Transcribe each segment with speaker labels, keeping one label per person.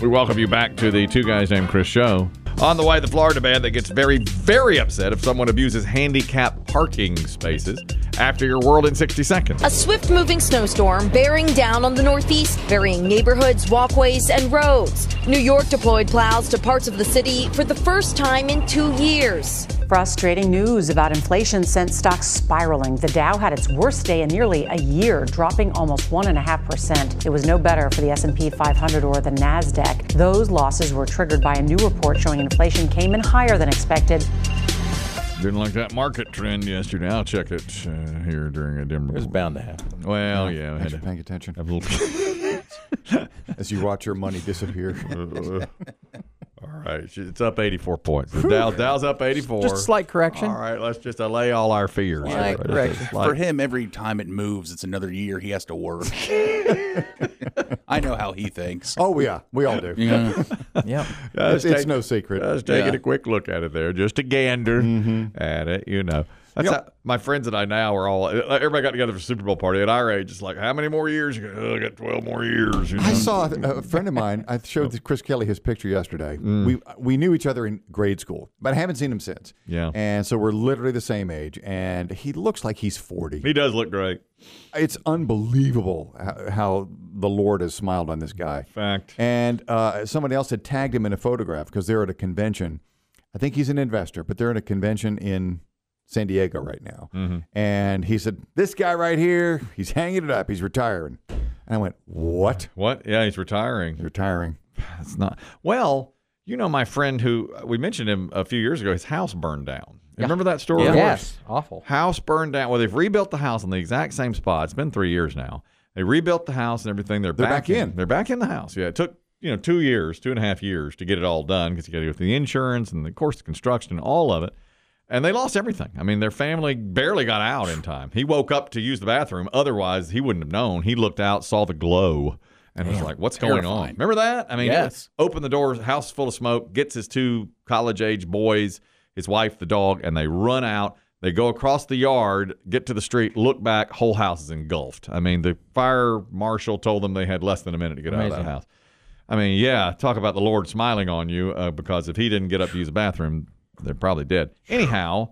Speaker 1: We welcome you back to the Two Guys Named Chris show. On the way, the Florida man that gets very, very upset if someone abuses handicap parking spaces after your world in 60 seconds.
Speaker 2: A swift moving snowstorm bearing down on the Northeast, varying neighborhoods, walkways, and roads. New York deployed plows to parts of the city for the first time in two years.
Speaker 3: Frustrating news about inflation sent stocks spiraling. The Dow had its worst day in nearly a year, dropping almost 1.5%. It was no better for the S&P 500 or the Nasdaq. Those losses were triggered by a new report showing inflation came in higher than expected.
Speaker 1: Didn't like that market trend yesterday. I'll check it uh, here during a Denver.
Speaker 4: It was bound to happen.
Speaker 1: Well, yeah, I had
Speaker 5: Thanks for
Speaker 1: to
Speaker 5: paying attention
Speaker 1: have a little.
Speaker 5: as you watch your money disappear.
Speaker 1: all right, it's up 84 points. The Dow, Dow's up 84.
Speaker 4: Just a slight correction.
Speaker 1: All right, let's just allay all our fears.
Speaker 4: Slight
Speaker 1: Just a
Speaker 4: correction.
Speaker 1: slight-
Speaker 6: For him, every time it moves, it's another year he has to work. I know how he thinks. Uh,
Speaker 5: oh yeah, we all do.
Speaker 4: Yep.
Speaker 1: Yeah,
Speaker 5: It's,
Speaker 1: let's
Speaker 5: it's
Speaker 1: take-
Speaker 5: no secret.
Speaker 1: I was taking
Speaker 6: Yeah.
Speaker 1: a quick look at it there, just a gander at it, Mm-hmm. you know. That's how, my friends and I now are all. uh, Everybody got together for a Super Bowl party at our age. It's like, how many more years? You go, "Oh, I got twelve more years. You know?
Speaker 5: I saw a a friend of mine. I showed Chris Kelly his picture yesterday. We we knew each other in grade school, but I haven't seen him since.
Speaker 1: Yeah.
Speaker 5: and so we're literally the same age, and he looks like he's forty.
Speaker 1: He does look great.
Speaker 5: it's unbelievable how, how the Lord has smiled on this guy.
Speaker 1: Fact.
Speaker 5: And uh, somebody else had tagged him in a photograph because they're at a convention. I think he's an investor, but they're at a convention in San Diego right now. And he said, "This guy right here, he's hanging it up. He's retiring." And I went, "What?
Speaker 1: What? Yeah, he's retiring.
Speaker 5: Retiring?"
Speaker 1: That's not. Well, you know my friend who we mentioned him a few years ago. His house burned down. Remember that story?
Speaker 4: Yes. Awful.
Speaker 1: House burned down. Well, they've rebuilt the house on the exact same spot. It's been three years now. They rebuilt the house and everything. They're,
Speaker 5: They're back in.
Speaker 1: They're back in the house. Yeah, it took you know two years, two and a half years to get it all done because you got to go through the insurance and of course the construction, all of it. And they lost everything. I mean, their family barely got out in time. He woke up to use the bathroom. Otherwise, he wouldn't have known. He looked out, saw the glow, and was like, "What's going on?"
Speaker 6: Terrifying.
Speaker 1: Remember that? I mean,
Speaker 6: Yes.
Speaker 1: open the doors, house full of smoke, gets his two college age boys, his wife, the dog, and they run out. They go across the yard, get to the street, look back, whole house is engulfed. I mean, the fire marshal told them they had less than a minute to get out of that
Speaker 4: Amazing.
Speaker 1: house. I mean, yeah, talk about the Lord smiling on you uh, because if he didn't get up to use the bathroom, they're probably dead. Anyhow,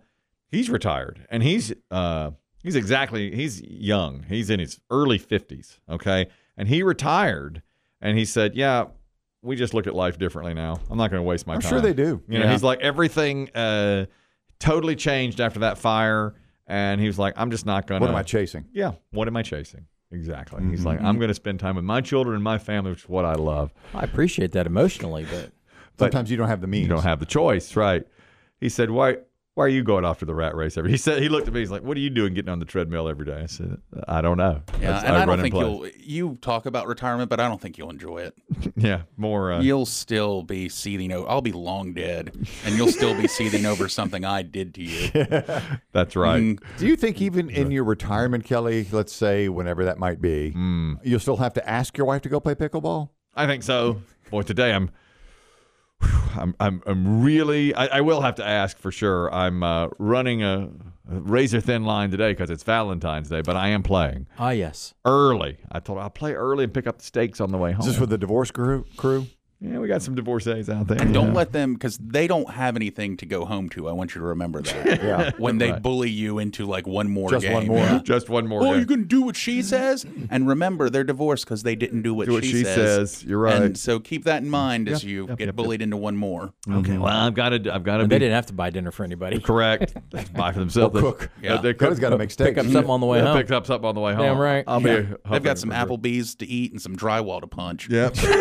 Speaker 1: he's retired and he's uh he's exactly he's young. He's in his early 50s, okay? And he retired and he said, "Yeah, we just look at life differently now. I'm not going to waste my
Speaker 5: I'm
Speaker 1: time."
Speaker 5: sure they do.
Speaker 1: You know,
Speaker 4: Yeah.
Speaker 1: he's like everything uh totally changed after that fire and he was like, "I'm just not going to
Speaker 5: What am I Mm-hmm. chasing?
Speaker 1: Yeah, what am I chasing?" Exactly. He's like, "I'm going to spend time with my children and my family, which is what I love."
Speaker 4: I appreciate that emotionally, but
Speaker 5: Sometimes you don't have the means.
Speaker 1: you don't have the choice, right? He said, "Why, why are you going after the rat race every?" He said, he looked at me. He's like, "What are you doing getting on the treadmill every day?" I said, "I don't know.
Speaker 6: Yeah,
Speaker 1: That's-
Speaker 6: and I,
Speaker 1: run
Speaker 6: don't think
Speaker 1: play."
Speaker 6: you'll. You talk about retirement, but I don't think you'll enjoy it.
Speaker 1: Yeah, more. Uh,
Speaker 6: You'll still be seething. o- I'll be long dead, and you'll still be seething over something I did to you.
Speaker 1: that's right.
Speaker 6: Mm,
Speaker 5: Do you think even in your retirement, Kelly, let's say whenever that might be,
Speaker 4: Hmm.
Speaker 5: you'll still have to ask your wife to go play pickleball?
Speaker 1: I think so. Boy, today I'm, whew, I'm, I'm, I'm really. I, I will have to ask for sure. I'm uh, running a, a razor thin line today because it's Valentine's Day, but I am playing
Speaker 4: ah yes.
Speaker 1: early. I told her I'll play early and pick up the stakes on the way home.
Speaker 4: Oh.
Speaker 5: Is this for the divorce crew? crew?
Speaker 1: yeah, we got some divorcees out there.
Speaker 6: And don't
Speaker 1: Yeah.
Speaker 6: let them, because they don't have anything to go home to. I want you to remember that.
Speaker 5: Yeah.
Speaker 6: When they bully you into like one more
Speaker 5: Just
Speaker 6: game.
Speaker 5: one more.
Speaker 6: Yeah.
Speaker 1: just one more.
Speaker 6: Oh,
Speaker 1: day.
Speaker 6: you can do what she says, and remember they're divorced because they didn't do what,
Speaker 1: Do what she says. You're right.
Speaker 6: And so keep that in mind as you get bullied into one more.
Speaker 1: Okay. Well, I've got to. I've got to
Speaker 4: They
Speaker 1: be
Speaker 4: didn't have to buy dinner for anybody.
Speaker 1: correct. They just buy for themselves. They-
Speaker 5: cook.
Speaker 1: they- They
Speaker 5: Kelly's
Speaker 1: cook.
Speaker 5: got to make
Speaker 4: Pick
Speaker 5: steaks.
Speaker 4: up something on the way
Speaker 1: They
Speaker 4: home.
Speaker 1: picked up something on the way home.
Speaker 4: Damn right.
Speaker 1: I'll be.
Speaker 6: They've got some Applebee's to eat and some drywall to punch.
Speaker 1: Yep.
Speaker 5: Some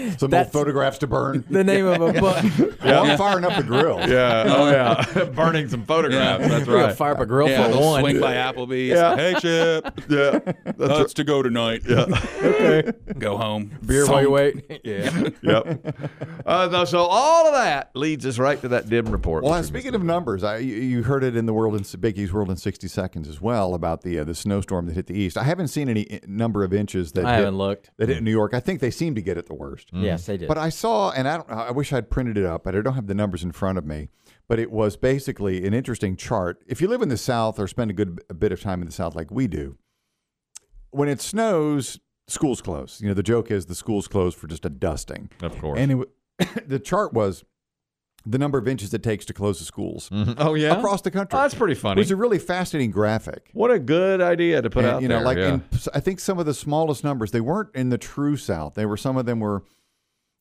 Speaker 5: more
Speaker 4: That's-
Speaker 5: photographs to burn.
Speaker 4: The name of a book.
Speaker 5: Well, I'm firing up the grill.
Speaker 1: Yeah. Oh yeah. Burning some photographs.
Speaker 6: Yeah.
Speaker 1: That's
Speaker 4: We're gonna
Speaker 1: right.
Speaker 4: fire up a grill
Speaker 6: Yeah,
Speaker 4: for
Speaker 6: they'll
Speaker 4: one.
Speaker 6: swing by Applebee's.
Speaker 1: Yeah. Hey Chip. Yeah. That's
Speaker 6: That's to go tonight.
Speaker 1: okay.
Speaker 6: Go home.
Speaker 4: Beer while you wait. yeah.
Speaker 1: Yep. Uh, no, so all of that leads us right to that dim report.
Speaker 5: Well,
Speaker 1: which we
Speaker 5: speaking
Speaker 1: missed.
Speaker 5: of numbers, I you- you heard it in the world in Biggie's World in 60 Seconds as well about the uh, the snowstorm that hit the east. I haven't seen any i- number of inches that
Speaker 4: I
Speaker 5: hit,
Speaker 4: haven't looked.
Speaker 5: that hit New York. I think they seem to get it the worst.
Speaker 4: Yes, they did.
Speaker 5: But I saw, and I don't, I wish I'd printed it up, but I don't have the numbers in front of me. But it was basically an interesting chart. If you live in the South or spend a good b- a bit of time in the South, like we do, when it snows, schools close. You know, the joke is the schools close for just a dusting.
Speaker 1: of course.
Speaker 5: And it, wa- the chart was the number of inches it takes to close the schools
Speaker 1: Mhm. Oh yeah.
Speaker 5: across the country.
Speaker 1: Oh, that's pretty funny.
Speaker 5: It was a really fascinating graphic.
Speaker 1: What a good idea to put
Speaker 5: And,
Speaker 1: out
Speaker 5: you know,
Speaker 1: there.
Speaker 5: like
Speaker 1: yeah.
Speaker 5: in, I think some of the smallest numbers they weren't in the true South. They were some of them were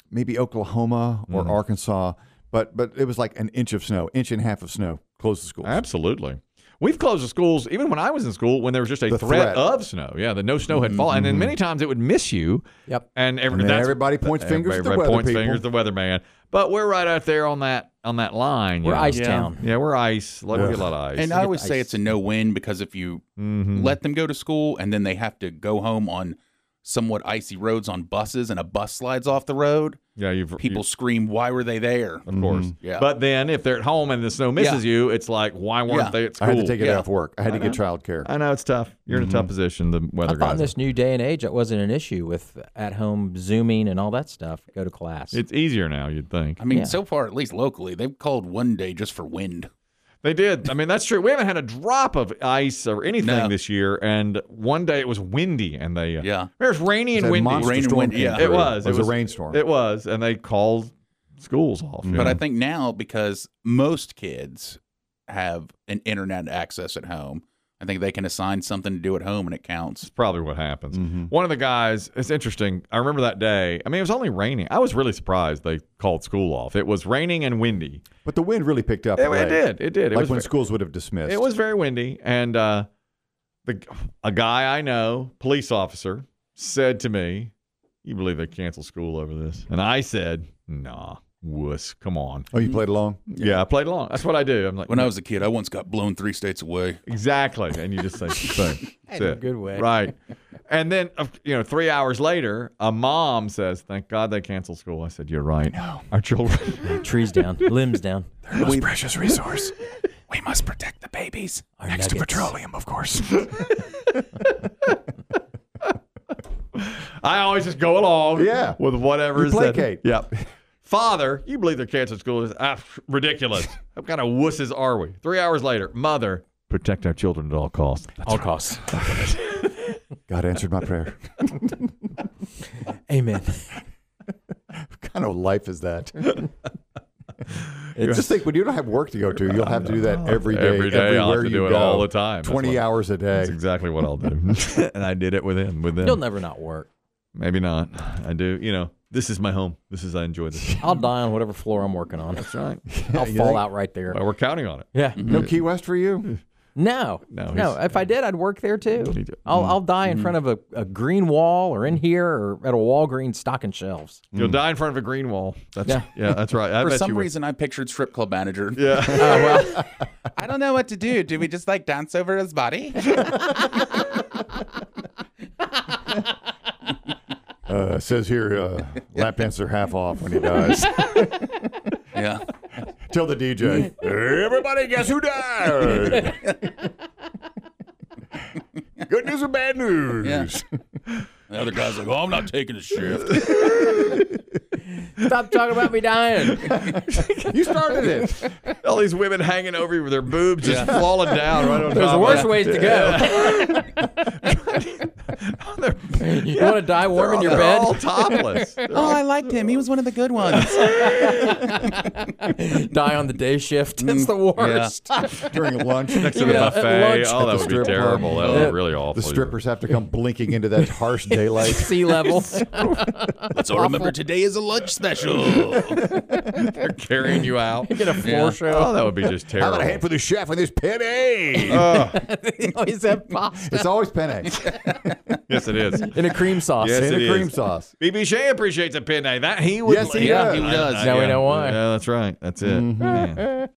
Speaker 5: maybe Oklahoma
Speaker 1: Mm.
Speaker 5: or Arkansas, but but it was like an inch of snow, inch and a half of snow, close the schools.
Speaker 1: Absolutely. We've closed the schools, even when I was in school, when there was just a
Speaker 5: The
Speaker 1: threat,
Speaker 5: threat.
Speaker 1: of snow. Yeah, the no snow had fallen. And then many times it would miss you.
Speaker 4: Yep.
Speaker 1: And, every,
Speaker 5: And then
Speaker 1: that's-
Speaker 5: everybody points fingers at the
Speaker 1: everybody
Speaker 5: weather
Speaker 1: points
Speaker 5: people.
Speaker 1: fingers at the weatherman. But we're right out there on that on that line. you
Speaker 4: We're
Speaker 1: know.
Speaker 4: Ice Town.
Speaker 1: Yeah, we're ice. Like, we
Speaker 5: Ugh.
Speaker 1: get a lot of ice.
Speaker 6: And I always say it's a no win because if you
Speaker 1: Mm-hmm.
Speaker 6: let them go to school and then they have to go home on somewhat icy roads on buses and a bus slides off the road,
Speaker 1: yeah, you've
Speaker 6: people scream, Why were they there?
Speaker 1: you- of course.
Speaker 6: Yeah.
Speaker 1: But then if they're at home and the snow misses you, it's like why weren't
Speaker 6: Yeah.
Speaker 1: they at
Speaker 5: I
Speaker 1: school?
Speaker 5: had to take Mm-hmm. it
Speaker 6: Yeah.
Speaker 5: off work. I had to get childcare.
Speaker 1: I know it's tough. You're in a tough position. The weather
Speaker 4: I thought in
Speaker 1: guys.
Speaker 4: this new day and age that wasn't an issue with at home zooming and all that stuff. Go to class.
Speaker 1: it's easier now, you'd think.
Speaker 6: I mean, so far, at least locally, they've called one day just for wind.
Speaker 1: They did. I mean, that's true. We haven't had a drop of ice or anything
Speaker 6: No.
Speaker 1: this year. And one day it was windy, and they uh,
Speaker 6: Yeah.
Speaker 1: it was rainy
Speaker 5: It's
Speaker 1: and
Speaker 5: a
Speaker 1: windy.
Speaker 5: monster
Speaker 6: Rain and
Speaker 5: storm
Speaker 6: wind,
Speaker 5: came
Speaker 6: yeah.
Speaker 5: through.
Speaker 1: It was.
Speaker 5: It was a rainstorm.
Speaker 1: It was, and they called schools off. yeah.
Speaker 6: But I think now, because most kids have an internet access at home, I think they can assign something to do at home and it counts.
Speaker 1: It's probably what happens. One of the guys, it's interesting. I remember that day. I mean, it was only raining. I was really surprised they called school off. It was raining and windy.
Speaker 5: But the wind really picked up.
Speaker 1: It, it
Speaker 5: late.
Speaker 1: did. It did. It
Speaker 5: like
Speaker 1: was
Speaker 5: when
Speaker 1: ve-
Speaker 5: schools would have dismissed.
Speaker 1: It was very windy, and uh, the a guy I know, police officer, said to me, "You believe they canceled school over this?" And I said, "Nah, wuss, come on."
Speaker 5: Oh, you played along?
Speaker 1: Yeah, I played along. That's what I do. I'm like,
Speaker 6: When I was a kid, I once got blown three states away.
Speaker 1: exactly, and you just say, "Boom." That's
Speaker 4: In a
Speaker 1: it.
Speaker 4: good way.
Speaker 1: right? And then, of- you know, three hours later, a mom says, "Thank God they canceled school." I said, "You're right. Our children."
Speaker 4: Trees down, limbs down.
Speaker 6: Most precious resource. we must protect the babies.
Speaker 4: Our nuggets.
Speaker 6: of course.
Speaker 1: I always just go along,
Speaker 5: Yeah.
Speaker 1: with whatever
Speaker 5: You
Speaker 1: is said.
Speaker 5: placate.
Speaker 1: Yep. Father, you believe the canceled school is ah, pff, ridiculous. what kind of wusses are we? Three hours later, mother, protect our children at all costs.
Speaker 4: All costs.
Speaker 5: God answered my prayer.
Speaker 4: Amen.
Speaker 5: what kind of life is that? Just think when you don't have work to go to, you'll have to do that every day,
Speaker 1: Every day, I'll have
Speaker 5: everywhere
Speaker 1: to
Speaker 5: you
Speaker 1: do it
Speaker 5: go,
Speaker 1: all the time. That's
Speaker 5: Twenty
Speaker 1: what-
Speaker 5: hours a day.
Speaker 1: That's exactly what I'll do. and I did it with him. With him,
Speaker 4: You'll never not work.
Speaker 1: maybe not. I do. You know, this is my home. This is I enjoy this.
Speaker 4: I'll die on whatever floor I'm working on.
Speaker 1: That's right.
Speaker 4: I'll
Speaker 5: you
Speaker 4: fall
Speaker 5: think?
Speaker 4: out right there.
Speaker 1: But we're counting on it.
Speaker 4: Yeah.
Speaker 5: No Key West for you.
Speaker 4: No.
Speaker 1: No,
Speaker 4: No.
Speaker 1: he's-
Speaker 4: If I did, I'd work there too.
Speaker 1: did. Mm-hmm.
Speaker 4: I'll, I'll die in front of a, a green wall or in here or at a Walgreens stocking shelves.
Speaker 1: You'll die in front of a green wall. That's yeah. that's right. I
Speaker 6: For
Speaker 1: bet
Speaker 6: some
Speaker 1: you would.
Speaker 6: reason, I pictured strip club manager. Uh,
Speaker 1: Yeah.
Speaker 6: I don't know what to do. Do we just like dance over his body?
Speaker 5: Uh, it says here, uh, lap dances are half off when he dies.
Speaker 6: yeah.
Speaker 5: Tell the DJ, everybody, guess who died? Good news or bad news?
Speaker 6: The other guy's like, oh, I'm not taking a shift.
Speaker 4: Stop talking about me dying.
Speaker 5: you started it.
Speaker 1: All these women hanging over you with their boobs just falling down right on
Speaker 4: There's
Speaker 1: top.
Speaker 4: worse
Speaker 1: of
Speaker 4: ways to go. you want to die warm in your
Speaker 1: They're
Speaker 4: bed?
Speaker 1: all topless.
Speaker 6: oh, I liked him. He was one of the good ones.
Speaker 4: die on the day shift.
Speaker 1: Mm,
Speaker 4: It's the worst.
Speaker 5: During lunch, next
Speaker 1: to the
Speaker 4: Yeah, at
Speaker 1: buffet.
Speaker 4: lunch
Speaker 1: Oh, that
Speaker 5: at the
Speaker 1: would
Speaker 5: strip
Speaker 1: be
Speaker 5: club.
Speaker 1: terrible. That would
Speaker 4: Yeah.
Speaker 1: be really awful.
Speaker 5: the strippers have to come blinking into that harsh daylight.
Speaker 4: Sea level.
Speaker 6: Let's all remember today is a lunch special.
Speaker 1: They're carrying you out.
Speaker 4: Get a floor
Speaker 6: Yeah.
Speaker 4: show.
Speaker 1: Oh, that would be just
Speaker 5: How
Speaker 1: terrible.
Speaker 5: about a hand for the chef with this penne?
Speaker 4: They always have pasta.
Speaker 5: it's always penne.
Speaker 1: yes, it is.
Speaker 4: in a cream sauce.
Speaker 1: Yes,
Speaker 5: in
Speaker 1: it
Speaker 5: a cream
Speaker 1: is.
Speaker 5: sauce.
Speaker 1: BB Shea appreciates a penne. That he would.
Speaker 5: Yes, he
Speaker 6: yeah,
Speaker 5: does.
Speaker 6: he
Speaker 1: I-
Speaker 6: does.
Speaker 1: I-
Speaker 4: Now we
Speaker 1: yeah.
Speaker 4: know why.
Speaker 1: Yeah, that's right. That's it. Man.